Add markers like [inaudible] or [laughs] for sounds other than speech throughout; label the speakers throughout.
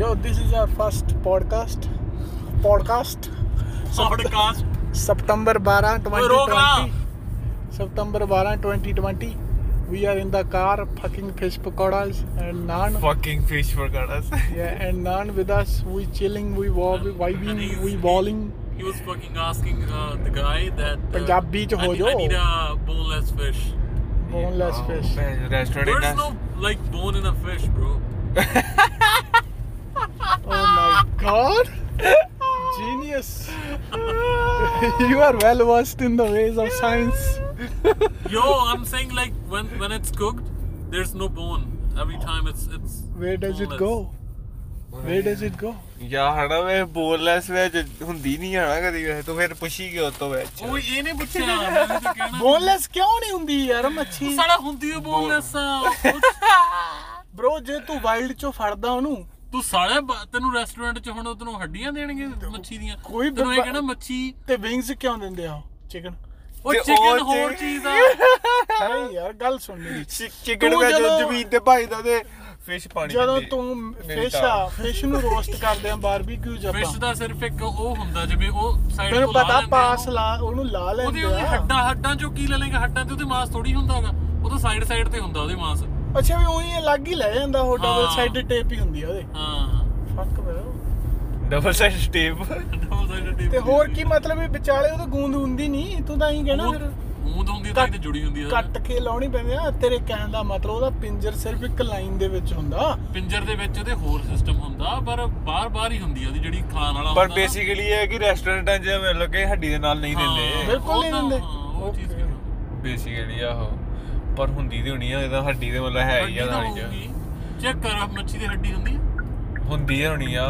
Speaker 1: Yo, this is our first podcast. Podcast.
Speaker 2: Podcast
Speaker 1: September 12,
Speaker 2: ਓਏ ਰੋਕ ਲਾ।
Speaker 1: 2020. September 12, 2020. We are in the car fucking fish pakoras and naan.
Speaker 3: fucking fish for goddess.
Speaker 1: Yeah, and naan with us. We chilling, we war, we vibing,
Speaker 2: Honey,
Speaker 1: we balling.
Speaker 2: he was fucking asking uh, the guy that uh,
Speaker 1: Punjabi ਚ
Speaker 2: I
Speaker 1: ਹੋ
Speaker 2: need-
Speaker 1: ਜਾਓ।
Speaker 2: I need a boneless fish
Speaker 3: Oh,
Speaker 1: Boneless fish.
Speaker 3: Restaurant
Speaker 2: there's
Speaker 3: in
Speaker 2: no like bone in a fish bro
Speaker 1: Oh my god. Genius. [laughs] you are well versed in the ways of science.
Speaker 2: yo I'm saying like when when it's cooked there's no bone every time it's it's
Speaker 1: Where does it
Speaker 2: boneless.
Speaker 1: go? Where does it go?
Speaker 3: ਯਾ ਹਣਾ ਵੇ balls ਵਿੱਚ ਹੁੰਦੀ ਨਹੀਂ ਹਣਾ ਕਦੀ ਵੈਸੇ ਤੂੰ ਫਿਰ ਪੁੱਛੀ ਗਿਆ ਉਤੋਂ ਵਿੱਚ
Speaker 2: ਓਏ ਇਹ ਨਹੀਂ ਪੁੱਛਿਆ ਮੈਨੂੰ ਤਾਂ ਕਹਿਣਾ
Speaker 1: ਬੋਨਲੈਸ ਕਿਉਂ ਨਹੀਂ ਹੁੰਦੀ ਯਾਰ ਮੱਛੀ
Speaker 2: ਸਾਡਾ ਹੁੰਦੀ ਹੈ ਬੋਨਲੈਸ
Speaker 1: ਬ్రో ਜੇ ਤੂੰ ਵਾਈਲਡ ਚੋਂ ਫੜਦਾ ਉਹਨੂੰ
Speaker 2: ਤੂੰ ਸਾਲੇ ਬ- ਤੈਨੂੰ ਰੈਸਟੋਰੈਂਟ ਚ ਹੁਣ ਤੈਨੂੰ ਹੱਡੀਆਂ ਦੇਣਗੇ ਮੱਛੀ ਦੀਆਂ
Speaker 1: ਕੋਈ
Speaker 2: ਤੈਨੂੰ ਇਹ
Speaker 1: ਬ-
Speaker 2: ਕਹਿਣਾ ਮੱਛੀ
Speaker 1: ਤੇ ਵਿੰਗਸ ਕਿਉਂ ਦਿੰਦੇ ਆ ਚਿਕਨ
Speaker 2: ਉਹ
Speaker 3: ਤੇ ਉਹ
Speaker 2: ਚਿਕਨ ਹੋਰ
Speaker 3: ਚੀ-
Speaker 2: ਚੀਜ਼ ਆ
Speaker 1: [laughs] ਨਹੀਂ ਯਾਰ ਗੱਲ ਸੁਣ ਮੇਰੀ
Speaker 3: ਚਿਕਨ
Speaker 1: ਤੂੰ
Speaker 3: ਵਿੱਚ
Speaker 1: ਜਦੋਂ-
Speaker 3: ਜ਼ਮੀਨ ਤੇ ਭਾਈਦਾ ਤੇ ਫਿਸ਼ ਪਾਣੀ
Speaker 1: ਜਦੋਂ
Speaker 3: ਦਿੰਦੀ।
Speaker 1: ਤੂੰ
Speaker 3: ਮੇਰੀ
Speaker 1: ਫਿਸ਼
Speaker 3: ਤਾਂ-
Speaker 1: ਆ ਫਿਸ਼ ਨੂੰ ਰੋਸਟ ਕਰਦੇ ਆ ਬਾਰਬੀਕਿਊ ਚ
Speaker 2: ਫਿਸ਼
Speaker 1: ਆਪਾਂ
Speaker 2: ਦਾ ਸਿਰਫ ਇੱਕ ਉਹ ਹੁੰਦਾ ਜਿਵੇਂ ਉਹ ਸਾਈਡ
Speaker 1: ਮੈਨੂੰ
Speaker 2: ਤੋਂ ਲਾ
Speaker 1: ਪਤਾ
Speaker 2: ਲੈਂਦੇ ਆ
Speaker 1: ਪਾਸ
Speaker 2: ਉਹਨੂੰ।
Speaker 1: ਲਾ ਉਹਨੂੰ ਲਾ
Speaker 2: ਉਹਦੇ
Speaker 1: ਲੈਂਦੇ
Speaker 2: ਉਹਦੇ
Speaker 1: ਆ
Speaker 2: ਹੱਡਾਂ ਹੱਡਾਂ ਚੋਂ ਕੀ ਲੈ ਲੇਗਾ ਹੱਡਾਂ ਤੇ ਉਹਦੇ ਮਾਸ ਥੋੜੀ ਹੁੰਦਾਗਾ ਉਹ ਤਾਂ ਸਾਈਡ ਸਾਈਡ ਤੇ ਹੁੰਦਾ ਉਹਦੇ ਮਾਸ
Speaker 1: ਅੱਛਾ ਵੀ ਉਹੀ ਅਲੱਗ ਹੀ ਲੈ ਜਾਂਦਾ ਉਹ ਡਬਲ
Speaker 2: ਹਾਂ।
Speaker 1: ਸਾਈਡਡ ਟੇਪ ਹੀ ਹੁੰਦੀ ਆ ਉਹਦੇ
Speaker 2: ਹਾਂ
Speaker 1: fuck bro
Speaker 3: double side step
Speaker 2: double side tape
Speaker 1: ਤੇ ਹੋਰ ਕੀ ਮਤਲਬ ਵੀ ਵਿਚਾਲੇ ਉਹ ਤਾਂ ਗੂੰਦ ਹੁੰਦੀ ਨਹੀਂ ਤੂੰ ਤਾਂ ਇਹੀ ਕਹਿਣਾ ਫਿਰ
Speaker 2: ਮੂੰਹ ਹੁੰਦੀ ਤਾਂ ਇਹਦੇ ਜੁੜੀ ਹੁੰਦੀ ਆ
Speaker 1: ਕੱਟ ਕੇ ਲਾਉਣੀ ਪੈਂਦੀ ਆ ਤੇਰੇ ਕਹਿਣ ਦਾ ਮਤਲਬ ਉਹਦਾ ਪਿੰਜਰ ਸਿਰਫ ਇੱਕ ਲਾਈਨ ਦੇ ਵਿੱਚ ਹੁੰਦਾ
Speaker 2: ਪਿੰਜਰ ਦੇ ਵਿੱਚ ਉਹਦੇ ਹੋਰ ਸਿਸਟਮ ਹੁੰਦਾ ਪਰ ਬਾਰ-ਬਾਰ ਹੀ ਹੁੰਦੀ ਆ ਉਹਦੀ ਜਿਹੜੀ ਖਾਣ ਵਾਲਾ
Speaker 3: ਪਰ
Speaker 2: ਨਾ।
Speaker 3: ਬੇਸਿਕਲੀ ਇਹ ਹੈ ਕਿ ਰੈਸਟੋਰੈਂਟਾਂ 'ਚ ਮਤਲਬ ਕਿ ਹੱਡੀ ਦੇ ਨਾਲ ਨਹੀਂ
Speaker 2: ਹਾਂ,
Speaker 3: ਦਿੰਦੇ
Speaker 1: ਬਿਲਕੁਲ ਨਹੀਂ
Speaker 2: ਉਹ ਤਾਂ-
Speaker 1: ਦਿੰਦੇ।
Speaker 2: ਹਾਂ, ਉਹ ਚੀਜ਼
Speaker 1: Okay.
Speaker 2: ਕਿਹਨਾਂ
Speaker 3: ਬੇਸਿਕਲੀ ਆਹੋ ਪਰ ਹੁੰਦੀ ਤੇ ਹੋਣੀ ਆ ਇਹਦਾ ਹੱਡੀ ਦੇ ਮਤਲਬ ਹੈ ਹੀ ਆ ਨਾਲ ਚ
Speaker 2: ਚੈੱਕ ਕਰ ਆਹ ਮੱਛੀ ਦੀ ਹੱਡੀ ਹੁੰਦੀ ਆ
Speaker 3: ਹੁੰਦੀ ਆ ਹੋਣੀ ਆ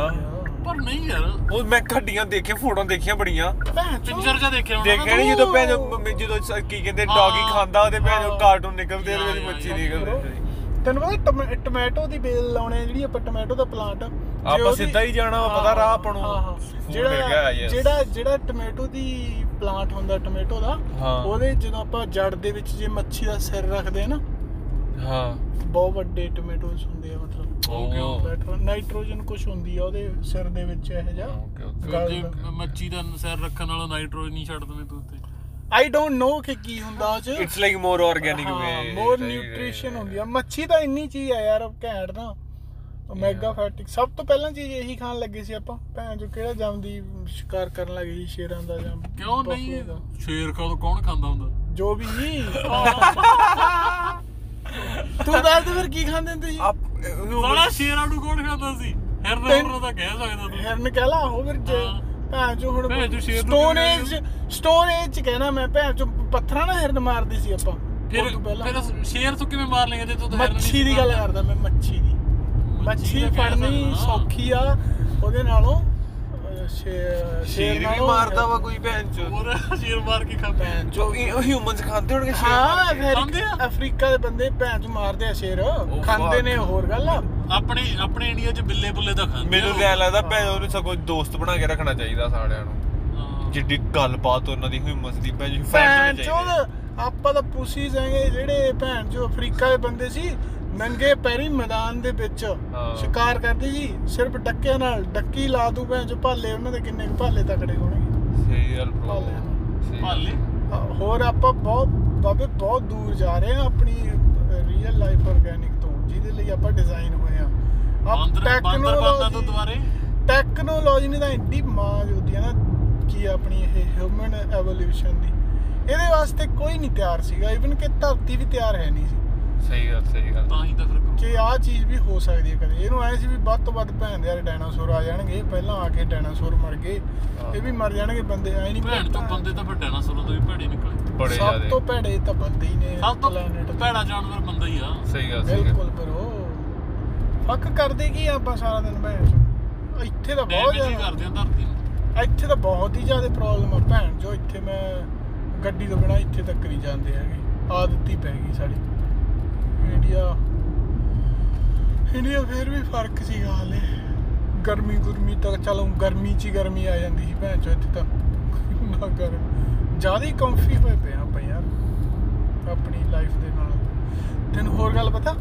Speaker 2: ਪਰ ਨਹੀਂ ਯਾਰ
Speaker 3: ਉਹ ਮੈਂ ਹੱਡੀਆਂ ਦੇਖੇ ਫੋਟੋਆਂ ਦੇਖੀਆਂ ਬੜੀਆਂ
Speaker 1: ਭੈਣ ਚੋ।
Speaker 2: ਪਿੰਜਰ ਜਾਂ ਦੇਖਿਆ ਹੋਣਾ ਨਾ
Speaker 3: ਦੇਖਿਆ ਨੀ
Speaker 2: ਤੂੰ?
Speaker 3: ਜਦੋਂ ਭੈਣ ਚੋ ਮੰਮੀ ਜਦੋਂ ਸ- ਕੀ ਕਹਿੰਦੇ ਡੌਗੀ
Speaker 2: ਹਾਂ।
Speaker 3: ਖਾਂਦਾ ਉਹਦੇ ਭੈਣ ਚੋ
Speaker 1: ਹਾਂ।
Speaker 3: ਕਾਰਟੂਨ ਨਿਕਲਦੇ ਉਹਦੇ ਵਿੱਚ
Speaker 2: ਯਾ,
Speaker 3: ਮੱਛੀ
Speaker 2: ਯਾ,
Speaker 3: ਨਿਕਲਦੇ
Speaker 1: ਤੈਨੂੰ ਪਤਾ ਟਮ- ਟਮੈਟੋ ਦੀ ਬੇਲ ਲਾਉਣੇ ਆ ਜਿਹੜੀ ਆਪਾਂ ਟਮੈਟੋ ਦਾ ਪਲਾਂਟ
Speaker 3: ਆਪਾਂ ਸਿੱਧਾ ਹੀ ਜਾਣਾ ਵਾ, ਪਤਾ ਰਾਹ ਆਪਾਂ ਨੂੰ। ਸਕੂਲ ਮਿਲ ਗਿਆ,
Speaker 1: ਜਿਹੜਾ
Speaker 3: yes.
Speaker 1: ਜਿਹੜਾ ਜਿਹੜਾ ਟਮੈਟੋ ਦੀ ਪਲਾਂਟ ਹੁੰਦਾ ਟਮੈਟੋ ਦਾ
Speaker 3: ਹਾਂ।
Speaker 1: ਉਹਦੇ ਜਦੋਂ ਆਪਾਂ ਜੜ ਦੇ ਵਿੱਚ ਜੇ ਮੱਛੀ ਦਾ ਸਿਰ ਰੱਖਦੇ ਆ ਨਾ
Speaker 3: ਹਾਂ
Speaker 1: ਬਹੁਤ ਵੱਡੇ ਟਮੈਟੋਜ਼ ਹੁੰਦੇ ਆ ਮਤਲਬ
Speaker 3: ਓਕੇ ਓਕੇ
Speaker 1: ਨਾਈਟ੍ਰੋਜਨ ਕੁਝ ਹੁੰਦੀ ਆ ਉਹਦੇ ਸਿਰ ਦੇ ਵਿੱਚ ਇਹ ਜਿਹਾ
Speaker 3: ਓਕੇ।
Speaker 1: ਗੱਲ
Speaker 2: ਜੇ
Speaker 1: ਦਾ।
Speaker 2: ਮੱਛੀ ਦਾ ਸਿਰ ਰੱਖਣ ਵਾਲਾ ਨਾਈਟ੍ਰੋਜਨ ਨਹੀਂ ਛੱਡ ਦਵੇਂ ਤੂੰ ਉੱਤੇ
Speaker 1: ਆਈ ਡੋਂਟ ਨੋ ਕਿ ਕੀ ਹੁੰਦਾ ਉਹ ਚ
Speaker 3: it's like more organic way
Speaker 1: more nutrition ਹੁੰਦੀ ਆ ਮੱਛੀ ਤਾਂ ਇੰਨੀ ਚੀਜ਼ ਆ ਯਾਰ ਘੈਂਟ ਨਾ ਓਮੇਗਾ ਫੈਟਿਕ ਸਭ ਤੋਂ ਪਹਿਲਾਂ ਚੀਜ਼ ਇਹੀ ਖਾਣ ਲੱਗੇ ਸੀ ਆਪਾਂ ਭੈਣ ਜੋ ਕਿਹੜਾ ਜੰਮਦੀ ਸ਼ਿਕਾਰ ਕਰਨ ਲੱਗੇ ਸੀ ਸ਼ੇਰਾਂ ਦਾ ਜਾਂ
Speaker 2: ਕਿਉਂ
Speaker 1: ਪਸ਼ੂਆਂ
Speaker 2: ਨਹੀਂ
Speaker 1: ਦਾ।
Speaker 2: ਸ਼ੇਰ ਕਦੋਂ ਕੌਣ ਖਾਂਦਾ ਹੁੰਦਾ
Speaker 1: ਜੋ ਵੀ ਤੂੰ ਦੱਸ ਦੇ ਫਿਰ ਕੀ ਖਾਂਦੇ ਹੁੰਦੇ ਸੀ
Speaker 3: ਆਪ
Speaker 2: ਸਾਲਾ ਸ਼ੇਰਾਂ ਨੂੰ ਕੌਣ ਖਾਂਦਾ ਸੀ ਹਿਰਨ
Speaker 1: ਤਿੰਨ-
Speaker 2: ਹਿਰਨ ਤਾਂ ਕਹਿ ਸਕਦਾ ਤੂੰ
Speaker 1: ਹਿਰਨ ਕਹਿ ਲਾ ਉਹ ਫਿਰ ਜੇ
Speaker 2: ਹਾਂ।
Speaker 1: ਭੈਣ ਜੋ ਹੁਣ
Speaker 2: ਭੈਣ ਚੋ ਸ਼ੇਰ ਨੂੰ
Speaker 1: ਸਟੋਨ
Speaker 2: ਕਿਵੇਂ
Speaker 1: ਏਜ ਸਟੋਨ ਏਜ ਚ ਕਹਿਣਾ ਮੈਂ ਭੈਣ ਜੋ ਪੱਥਰਾਂ ਨਾਲ ਹਿਰਨ ਮਾਰਦੀ ਸੀ ਆਪਾਂ ਉਹ ਤੋਂ
Speaker 2: ਫਿਰ
Speaker 1: ਪਹਿਲਾਂ।
Speaker 2: ਫਿਰ ਸ਼ੇਰ ਤੋਂ ਕਿਵੇਂ ਮਾਰ ਲੇਗਾ ਜੇ ਤੂੰ ਤਾਂ ਹਿਰਨ ਨਹੀਂ
Speaker 1: ਮੱਛੀ ਦੀ ਗੱਲ
Speaker 2: ਮਾਰਦਾ।
Speaker 1: ਕਰਦਾ ਮੈਂ ਮੱਛੀ ਦੀ ਮੱਛੀ
Speaker 2: ਤਾਂ ਕਹਿ
Speaker 1: ਫੜਨੀ
Speaker 2: ਸਕਦਾ।
Speaker 1: ਸੌਖੀ ਆ ਉਹਦੇ ਨਾਲੋਂ ਅਹ, ਸ਼ੇ-
Speaker 3: ਸ਼ੇਰ ਵੀ
Speaker 1: ਨਾਲੋਂ-
Speaker 3: ਮਾਰਦਾ ਵਾ ਕੋਈ ਭੈਣ ਚੋ
Speaker 2: ਹੋਰ ਸ਼ੇਰ ਮਾਰ ਕੇ ਖਾਂਦਾ ਹੈ।
Speaker 1: ਭੈਣ ਚੋ।
Speaker 3: ਜੋ ਹਿਊਮਨਸ ਖਾਂਦੇ ਹੋਣਗੇ ਸ਼ੇਰ
Speaker 1: ਹਾਂ
Speaker 3: ਮਾਰ ਕੇ।
Speaker 2: ਖਾਂਦੇ ਆ?
Speaker 1: ਫਿਰ ਅਫਰੀਕਾ ਦੇ ਬੰਦੇ ਭੈਣ ਚ ਮਾਰਦੇ ਆ ਸ਼ੇਰ ਖਾਂਦੇ
Speaker 3: fuck।
Speaker 1: ਨੇ ਹੋਰ ਗੱਲ ਆ
Speaker 2: ਆਪਣੇ ਆਪਣੇ ਇੰਡੀਆ 'ਚ ਬਿੱਲੇ ਬੁੱਲੇ ਤਾਂ ਖਾਂਦੇ
Speaker 3: ਮੈਨੂੰ ਤਾਂ ਐਂ ਲੱਗਦਾ ਭੈਣ ਉਹਨੂੰ ਸਗੋਂ ਦੋਸਤ ਬਣਾ ਕੇ ਰੱਖਣਾ ਚਾਹੀਦਾ ਸਾਰਿਆਂ ਨੂੰ
Speaker 2: ਲੱਗਦਾ
Speaker 3: ਜਿੱਡੀ ਗੱਲਬਾਤ ਉਹਨਾਂ ਦੀ ਹਿਊਮਨਸ ਦੀ ਭੈਣ ਜੀ
Speaker 1: ਭੈਣ
Speaker 3: ਫਰੈਂਡ
Speaker 1: ਚੋ ਆਪਾਂ ਤਾਂ ਪੁੱਛੀ ਜਾਂਗੇ ਜਿਹੜੇ ਭੈਣ ਚੋ ਅਫਰੀਕਾ ਦੇ ਬੰਦੇ ਸੀ ਨੰਗੇ ਪੈਰੀ ਮੈਦਾਨ ਦੇ ਵਿੱਚ
Speaker 3: ਹਾਂ।
Speaker 1: ਸ਼ਿਕਾਰ ਕਰਦੇ ਸੀ ਸਿਰਫ ਡੱਕੇ ਨਾਲ ਡੱਕੀ ਲਾ ਦੂ ਭੈਣ ਚੋ ਭਾਲੇ ਉਹਨਾਂ ਦੇ ਕਿੰਨੇ ਕੁ ਭਾਲੇ ਤਕੜੇ ਹੋਣਗੇ
Speaker 3: ਸਹੀ ਗੱਲ bro।
Speaker 1: ਭਾਲੇ ਨੂੰ।
Speaker 3: ਸਹੀ ਗੱਲ।
Speaker 2: ਭਾਲੇ
Speaker 1: ਹਾਂ, ਹੋਰ ਆਪਾਂ ਬਹੁਤ ਬਾਬੇ ਬਹੁਤ ਦੂਰ ਜਾ ਰਹੇ ਆ ਆਪਣੀ ਰੀਅਲ ਲਾਈਫ ਆਰਗੈਨਿਕ ਤੋਂ ਜਿਹਦੇ ਲਈ ਆਪਾਂ ਡਿਜ਼ਾਈਨ ਹੋਏ ਆ
Speaker 2: ਬਾਂਦਰ ਬਾਂਦਰ ਬਾਂਦਰ ਤੋਂ ਦੁਬਾਰੇ
Speaker 1: ਟੈਕਨੋਲੋਜੀ ਨੇ ਤਾਂ ਇੰਨੀ ਮਾਂ ਜੋਦੀ ਆ ਨਾ ਕੀ ਆ ਆਪਣੀ ਇਹ ਹਿਊਮਨ ਐਵੋਲੂਸ਼ਨ ਦੀ ਇਹਦੇ ਵਾਸਤੇ ਕੋਈ ਨਹੀਂ ਤਿਆਰ ਸੀਗਾ ਇਵਨ ਕਿ ਧਰਤੀ ਵੀ ਤਿਆਰ ਹੈ ਨਹੀਂ ਸੀ
Speaker 3: ਸਹੀ ਗੱਲ ਸਹੀ ਗੱਲ
Speaker 2: ਤਾਂ ਹੀ ਤਾਂ ਫਿਰ ਕਰੋ।
Speaker 1: ਕਿ ਆਹ ਚੀਜ਼ ਵੀ ਹੋ ਸਕਦੀ ਹੈ ਕਦੇ ਇਹਨੂੰ ਐ ਸੀ ਵੀ ਵੱਧ ਤੋਂ ਵੱਧ ਭੈਣ ਦੇ ਯਾਰ ਡਾਇਨਾਸੌਰ ਆ ਜਾਣਗੇ ਪਹਿਲਾਂ ਆ ਕੇ ਡਾਇਨਾਸੌਰ ਮਰ ਗਏ ਇਹ ਵੀ ਮਰ ਜਾਣਗੇ ਬੰਦੇ ਐ ਨਹੀਂ
Speaker 2: ਭੈਣ ਤੋਂ ਬੰਦੇ ਤਾਂ ਵੱਡੇ ਨਾ ਸੁਣੋ ਵੀ ਭੈੜੇ ਨਿਕਲੇ
Speaker 3: ਬੜੇ
Speaker 1: ਸਭ
Speaker 3: ਜ਼ਿਆਦੇ
Speaker 1: ਤੋਂ ਭੈੜੇ ਤਾਂ ਬੰਦੇ ਹੀ ਨੇ
Speaker 2: ਸਭ ਤੋਂ
Speaker 1: planet ਤੇ।
Speaker 2: ਭੈੜਾ ਜਾਨਵਰ ਬੰਦਾ ਹੀ ਆ
Speaker 3: ਸਹੀ ਗੱਲ ਸਹੀ ਗੱਲ
Speaker 1: ਬਿਲਕੁਲ ਬਰੋ ਫੱਕ ਕਰਦੇ ਕੀ ਆ ਆਪਾਂ ਸਾਰਾ ਦਿਨ ਭੈਣ ਚੋ ਇੱਥੇ ਤਾਂ ਬਹੁਤ
Speaker 2: ਡੈਮੇਜ ਹੀ
Speaker 1: ਜ਼ਿਆਦਾ
Speaker 2: ਕਰਦੇ ਆ ਧਰਤੀ ਨੂੰ
Speaker 1: ਇੱਥੇ ਤਾਂ ਬਹੁਤ ਹੀ ਜ਼ਿਆਦਾ ਪ੍ਰੋਬਲਮ ਆ ਭੈਣ ਜੋ ਇੱਥੇ ਮੈਂ ਗੱਡੀ ਤੋਂ ਬਿਨਾਂ ਇੱਥੇ ਤੱਕ ਨਹੀਂ ਜਾਂਦੇ ਹੈਗੇ ਆਦਤ ਹੀ ਪੈ ਗਈ ਸਾਡੀ ਇੰਡੀਆ ਇੰਡੀਆ ਫੇਰ ਵੀ ਫਰਕ ਸੀਗਾ ਹਾਲੇ ਗਰਮੀ ਗੁਰਮੀ ਤਾਂ ਚਲੋ ਗਰਮੀ ਚ ਹੀ ਗਰਮੀ ਆ ਜਾਂਦੀ ਸੀ ਭੈਣ ਚੋ ਇੱਥੇ ਤਾਂ ਨਾ ਕਰ ਜ਼ਿਆਦਾ ਹੀ ਕੰਫੀ ਹੋਏ ਪਏ ਆ ਆਪਾਂ ਯਾਰ ਆਪਣੀ ਲਾਈਫ ਦੇ ਨਾਲ ਤੈਨੂੰ ਹੋਰ ਗੱਲ ਪਤਾ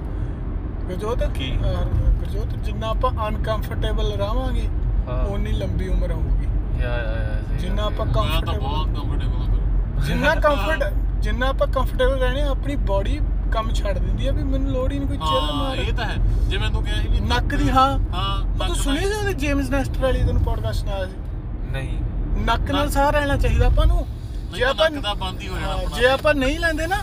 Speaker 1: ਗੁਰਜੋਤ
Speaker 3: ਕੀ?
Speaker 1: ਅਹ, ਚੱਕਰ 'ਚ ਉਹ ਤੇ ਜਿੰਨਾ ਆਪਾਂ ਅਨਕੰਫਰਟੇਬਲ ਰਹਾਂਗੇ
Speaker 3: ਹਾਂ।
Speaker 1: ਓਨੀ ਲੰਬੀ ਉਮਰ ਹੋਊਗੀ
Speaker 3: ਯਾ ਯਾ ਯਾ ਸਹੀ
Speaker 1: ਜਿੰਨਾ
Speaker 3: ਗੱਲ,
Speaker 1: ਆਪਾਂ
Speaker 3: ਸਹੀ ਗੱਲ।
Speaker 2: ਮੈਂ ਤਾਂ
Speaker 1: comfortable-
Speaker 2: ਬਹੁਤ ਕੰਫਰਟੇਬਲ ਹਾਂ
Speaker 1: ਜਿੰਨਾ ਕੰਫਰਟ ਜਿੰਨਾ ਆਪਾਂ ਕੰਫਰਟੇਬਲ ਰਹਿਣੇ ਆ, ਆਪਣੀ ਬਾਡੀ ਕੰਮ ਛੱਡ ਦਿੰਦੀ ਆ ਵੀ ਮੈਨੂੰ ਲੋੜ ਹੀ ਨਹੀਂ ਕੋਈ ਚਿੱਲ
Speaker 2: ਹਾਂ ਇਹ
Speaker 1: ਮਾਰ
Speaker 2: ਤਾਂ ਹੈ ਜੇ ਮੈਂ ਤੂੰ ਕਿਹਾ ਸੀ ਵੀ
Speaker 1: ਨੱਕ ਦੀ ਹਾਂ
Speaker 2: ਹਾਂ
Speaker 1: ਉਹ
Speaker 2: ਨੱਕ
Speaker 1: ਤੂੰ
Speaker 2: ਦਾ-
Speaker 1: ਸੁਣੀ ਜਾਂਦੇ ਜੇਮਸ ਨੈਸਟਰ ਵਾਲੀ ਤੈਨੂੰ ਪੋਡਕਾਸਟ ਸੁਣਾਇਆ ਸੀ
Speaker 3: ਨਹੀਂ
Speaker 1: ਨੱਕ ਨਾਲ
Speaker 2: ਨੱਕ-
Speaker 1: ਸਾਹ ਰਹਿਣਾ ਚਾਹੀਦਾ ਆਪਾਂ ਨੂੰ
Speaker 2: ਨਹੀਂ
Speaker 1: ਜੇ
Speaker 2: ਤਾਂ
Speaker 1: ਆਪਾਂ
Speaker 2: ਨੱਕ ਦਾ ਬੰਦ ਹੀ ਹੋ ਜਾਣਾ
Speaker 1: ਹਾਂ,
Speaker 2: ਆਪਣਾ
Speaker 1: ਜੇ ਆਪਾਂ ਨਹੀਂ ਲੈਂਦੇ ਨਾ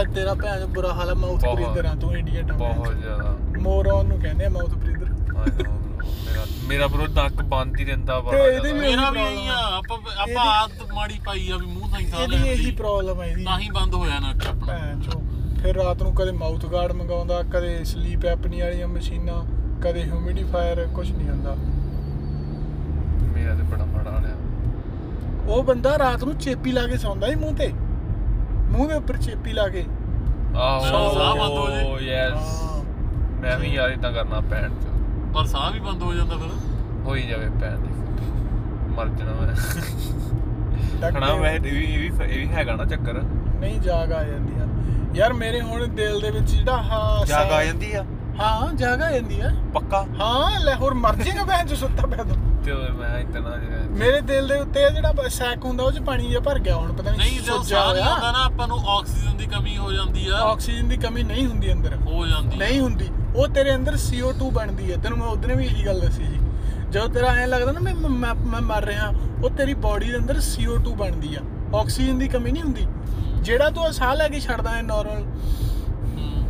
Speaker 1: ਅੱਜ ਤੇਰਾ ਭੈਣ ਚੋਦ ਬੁਰਾ ਹਾਲ ਆ ਮਾਊਥ
Speaker 3: ਬਹੁਤ।
Speaker 1: ਬ੍ਰੀਦਰ ਆ ਤੂੰ ਇੰਡੀਅਨ
Speaker 3: ਬਹੁਤ ਜ਼ਿਆਦਾ
Speaker 1: ਮੋਰੋਨ ਨੂੰ ਕਹਿੰਦੇ ਆ mouth breather
Speaker 3: I know, bro, ਮੇਰਾ ਮੇਰਾ ਬਰੋ ਨੱਕ ਬੰਦ ਹੀ ਰਹਿੰਦਾ ਵਾ
Speaker 1: ਤੇ ਇਹਦੇ ਵੀ-
Speaker 2: ਮੇਰਾ ਵੀ ਇਹੀ ਆ ਆਪਾਂ ਆਪਾਂ ਆਦਤ ਮਾੜੀ ਪਾਈ ਆ ਵੀ ਮੂੰਹ ਤਾਂ ਹੀ ਖਾ
Speaker 1: ਇਹਦੀ ਇਹੀ
Speaker 2: ਲੈਂਦੀ
Speaker 1: ਪ੍ਰੋਬਲਮ ਹੈ ਇਹਦੀ
Speaker 2: ਤਾਂ ਹੀ ਬੰਦ ਹੋਇਆ ਨੱਕ ਆਪਣਾ
Speaker 1: ਭੈਣ ਚੋ ਫਿਰ ਰਾਤ ਨੂੰ ਕਦੇ ਮਾਊਥ ਗਾਰਡ ਮੰਗਾਉਂਦਾ ਕਦੇ ਸਲੀਪ ਐਪਨੀ ਵਾਲੀਆਂ ਮਸ਼ੀਨਾਂ ਕਦੇ ਹਿਊਮਿਡੀਫਾਇਰ ਕੁਝ ਨਹੀਂ ਹੁੰਦਾ
Speaker 3: ਮੇਰਾ ਤੇ ਬੜਾ ਮਾੜਾ ਹਾਲਿਆ
Speaker 1: ਉਹ ਬੰਦਾ ਰਾਤ ਨੂੰ ਚੇਪੀ ਲਾ ਕੇ ਸੌਂਦਾ ਹੀ ਮੂੰਹ ਤੇ ਮੂੰਹ ਦੇ ਉੱਪਰ ਚੇਪੀ ਲਾ ਕੇ
Speaker 3: ਆਹੋ
Speaker 1: ਸਾਹ
Speaker 2: ਬੰਦ ਹੋ ਜੇ।
Speaker 3: ਯੈਸ ਮੈਂ ਵੀ ਯਾਰ ਇਦਾਂ ਕਰਨਾ ਪੈਣ ਚ
Speaker 2: ਪਰ ਸਾਹ ਵੀ ਬੰਦ ਹੋ ਜਾਂਦਾ ਫਿਰ
Speaker 3: ਹੋਈ ਜਾਵੇ ਪੈਣ ਦੀ ਮਰ ਜਾਣਾ ਮੈਂ
Speaker 1: ਡਾਕਟਰ-
Speaker 3: ਹਣਾ ਵੈਸੇ ਇਹ ਵੀ ਇਹ ਵੀ ਇਹ ਵੀ ਹੈਗਾ ਨਾ ਚੱਕਰ
Speaker 1: ਨਹੀਂ ਜਾਗ ਆ ਜਾਂਦੀ ਆ ਯਾਰ ਮੇਰੇ ਹੁਣ ਦਿਲ ਦੇ ਵਿੱਚ ਜਿਹੜਾ ਹਾਂ
Speaker 3: ਜਾਗ ਆ ਜਾਂਦੀ ਆ
Speaker 1: ਹਾਂ ਜਾਗ ਆ ਜਾਂਦੀ ਆ
Speaker 3: ਪੱਕਾ
Speaker 1: ਹਾਂ ਲੈ ਹੋਰ ਮਰ ਜਾਏਗਾ ਭੈਣ ਚ ਸੁੱਤਾ ਪਿਆ ਤੂੰ
Speaker 3: ਤੇ ਮੈਂ ਇਤਨਾ
Speaker 1: ਮੇਰੇ ਦਿਲ ਦੇ ਉੱਤੇ ਇਹ ਜਿਹੜਾ ਸੈਕ ਹੁੰਦਾ ਉਹ ਚ ਪਾਣੀ ਜਿਹਾ ਭਰ ਗਿਆ ਹੁਣ ਪਤਾ ਨਹੀਂ
Speaker 2: ਨਹੀਂ ਜਦੋਂ
Speaker 1: ਸੁੱਜਾ
Speaker 2: ਸਾਹ ਨਹੀਂ
Speaker 1: ਹੋਇਆ।
Speaker 2: ਆਉਂਦਾ ਨਾ ਆਪਾਂ ਨੂੰ ਆਕਸੀਜਨ ਦੀ ਕਮੀ ਹੋ ਜਾਂਦੀ ਆ
Speaker 1: ਆਕਸੀਜਨ ਦੀ ਕਮੀ ਨਹੀਂ ਹੁੰਦੀ ਅੰਦਰ
Speaker 2: ਹੋ ਜਾਂਦੀ ਆ
Speaker 1: ਨਹੀਂ ਹੁੰਦੀ ਉਹ ਤੇਰੇ ਅੰਦਰ CO2 ਬਣਦੀ ਹੈ ਤੈਨੂੰ ਮੈਂ ਉਹਦਨੇ ਵੀ ਇਹੀ ਗੱਲ ਦੱਸੀ ਸੀ ਜਦੋਂ ਤੇਰਾ ਐਂ ਲੱਗਦਾ ਨਾ ਮੈਂ ਮੈਂ ਮੈਂ ਮਰ ਰਿਹਾ ਉਹ ਤੇਰੀ ਬਾਡੀ ਦੇ ਅੰਦਰ CO2 ਬਣਦੀ ਆ ਆਕਸੀਜਨ ਦੀ ਕਮੀ ਨਹੀਂ ਹੁੰਦੀ ਜਿਹੜਾ ਤੂੰ ਆਹ ਸਾਹ ਲੈ ਕੇ ਛੱਡਦਾ ਹੈ ਨਾਰਮਲ
Speaker 2: ਹੂੰ।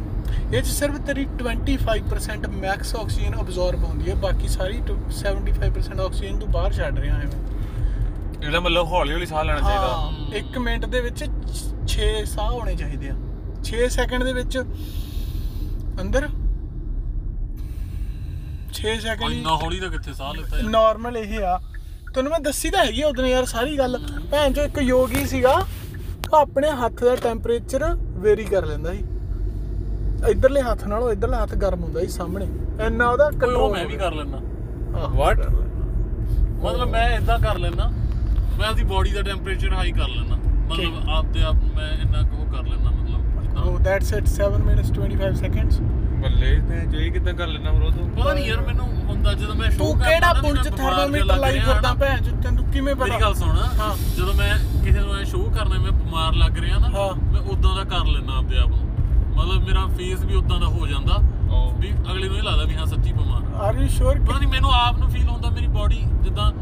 Speaker 1: ਇਹ ਚ ਸਿਰਫ ਤੇਰੀ 25% ਮੈਕਸ ਆਕਸੀਜਨ ਅਬਜ਼ੌਰਬ ਹੁੰਦੀ ਹੈ ਬਾਕੀ ਸਾਰੀ ਟ- 75% ਆਕਸੀਜਨ ਤੂੰ ਬਾਹਰ ਛੱਡ ਰਿਹਾ ਐਵੇਂ
Speaker 3: ਇਹਦਾ ਮਤਲਬ ਹੌਲੀ ਹੌਲੀ ਸਾਹ ਲੈਣਾ ਚਾਹੀਦਾ
Speaker 1: ਹਾਂ 1 ਮਿੰਟ ਦੇ ਵਿੱਚ 6 ਸਾਹ ਹੋਣੇ ਚਾਹੀਦੇ ਆ 6 ਸੈਕਿੰਡ ਦੇ ਵਿੱਚ ਅੰਦਰ 6
Speaker 2: ਉਹ ਇੰਨਾ
Speaker 1: ਸੈਕਿੰਡ
Speaker 2: ਹੌਲੀ ਤਾਂ ਕਿੱਥੇ ਸਾਹ ਲੈਤਾ ਯਾਰ।
Speaker 1: ਨਾਰਮਲ ਇਹ ਆ ਤੁਹਾਨੂੰ ਮੈਂ ਦੱਸੀ ਤਾਂ ਹੈਗੀ ਉਹਦਨ ਯਾਰ ਸਾਰੀ ਗੱਲ ਭੈਣ ਜੋ ਇੱਕ ਯੋਗੀ ਸੀਗਾ ਉਹ ਆਪਣੇ ਹੱਥ ਦਾ ਟੈਂਪਰੇਚਰ ਵੇਰੀ ਕਰ ਲੈਂਦਾ ਸੀ ਇਧਰਲੇ ਹੱਥ ਨਾਲੋਂ ਇਧਰਲਾ ਹੱਥ ਗਰਮ ਹੁੰਦਾ ਸੀ ਸਾਹਮਣੇ ਇੰਨਾ ਉਹਦਾ
Speaker 2: ਕੋਈ ਉਹ
Speaker 1: control
Speaker 2: ਮੈਂ ਵੀ ਕਰ ਲੈਣਾ
Speaker 3: ਵਾਟ
Speaker 2: ਮਤਲਬ ਮੈਂ ਇਦਾਂ ਕਰ ਲੈਣਾ ਮੈਂ ਆਪਣੀ ਬਾਡੀ ਦਾ ਟੈਂਪਰੇਚਰ ਹਾਈ ਕਰ ਲੈਣਾ ਮਤਲਬ
Speaker 1: ਠੀਕ।
Speaker 2: ਆਪ ਤੇ ਆਪ ਮੈਂ ਇੰਨਾ ਕੁ ਉਹ ਕਰ ਲੈਣਾ ਮਤਲਬ ਜਿੱਦਾਂ-
Speaker 1: Oh, that's it 7 minutes 25 seconds
Speaker 3: ਬੱਲੇ ਤੇ ਜੇ ਕਿਦਾਂ ਕਰ ਲੈਣਾ ਬਰੋ ਤੂੰ
Speaker 2: ਪਤਾ ਨਹੀਂ ਯਾਰ ਮੈਨੂੰ ਹੁੰਦਾ ਜਦੋਂ ਮੈਂ
Speaker 1: ਤੂੰ ਕਿਹੜਾ ਪੁੰਜ ਥਰਮਾਮੀਟਰ ਲਾਈ ਫਿਰਦਾ ਭੈਣ ਚੋ ਤੈਨੂੰ ਕਿਵੇਂ ਪਤਾ
Speaker 2: ਮੇਰੀ ਗੱਲ ਸੁਣ
Speaker 1: ਹਾਂ।
Speaker 2: ਜਦੋਂ ਮੈਂ ਕਿਸੇ ਨੂੰ ਐ ਸ਼ੋਅ ਕਰਨਾ ਮੈਂ ਬਿਮਾਰ ਲੱਗ ਰਿਹਾ ਨਾ
Speaker 1: ਹਾਂ।
Speaker 2: ਮੈਂ ਉਦਾਂ ਦਾ ਕਰ ਲੈਣਾ ਆਪਦੇ ਆਪ ਨੂੰ ਮਤਲਬ ਮੇਰਾ ਫੇਸ ਵੀ ਉਦਾਂ ਦਾ ਹੋ ਜਾਂਦਾ
Speaker 3: ਓ
Speaker 2: ਵੀ ਅਗਲੇ ਨੂੰ ਇਹ ਲੱਗਦਾ ਵੀ ਹਾਂ ਸੱਚੀ ਬਿਮਾਰ ਆ
Speaker 1: ਆਰ ਯੂ ਸ਼ੋਰ
Speaker 2: ਪਤਾ ਨਹੀਂ ਮੈਨੂੰ ਆਪ ਨੂੰ ਫੀਲ ਹੁੰਦਾ ਮੇਰੀ ਬਾਡੀ ਜਿੱਦਾਂ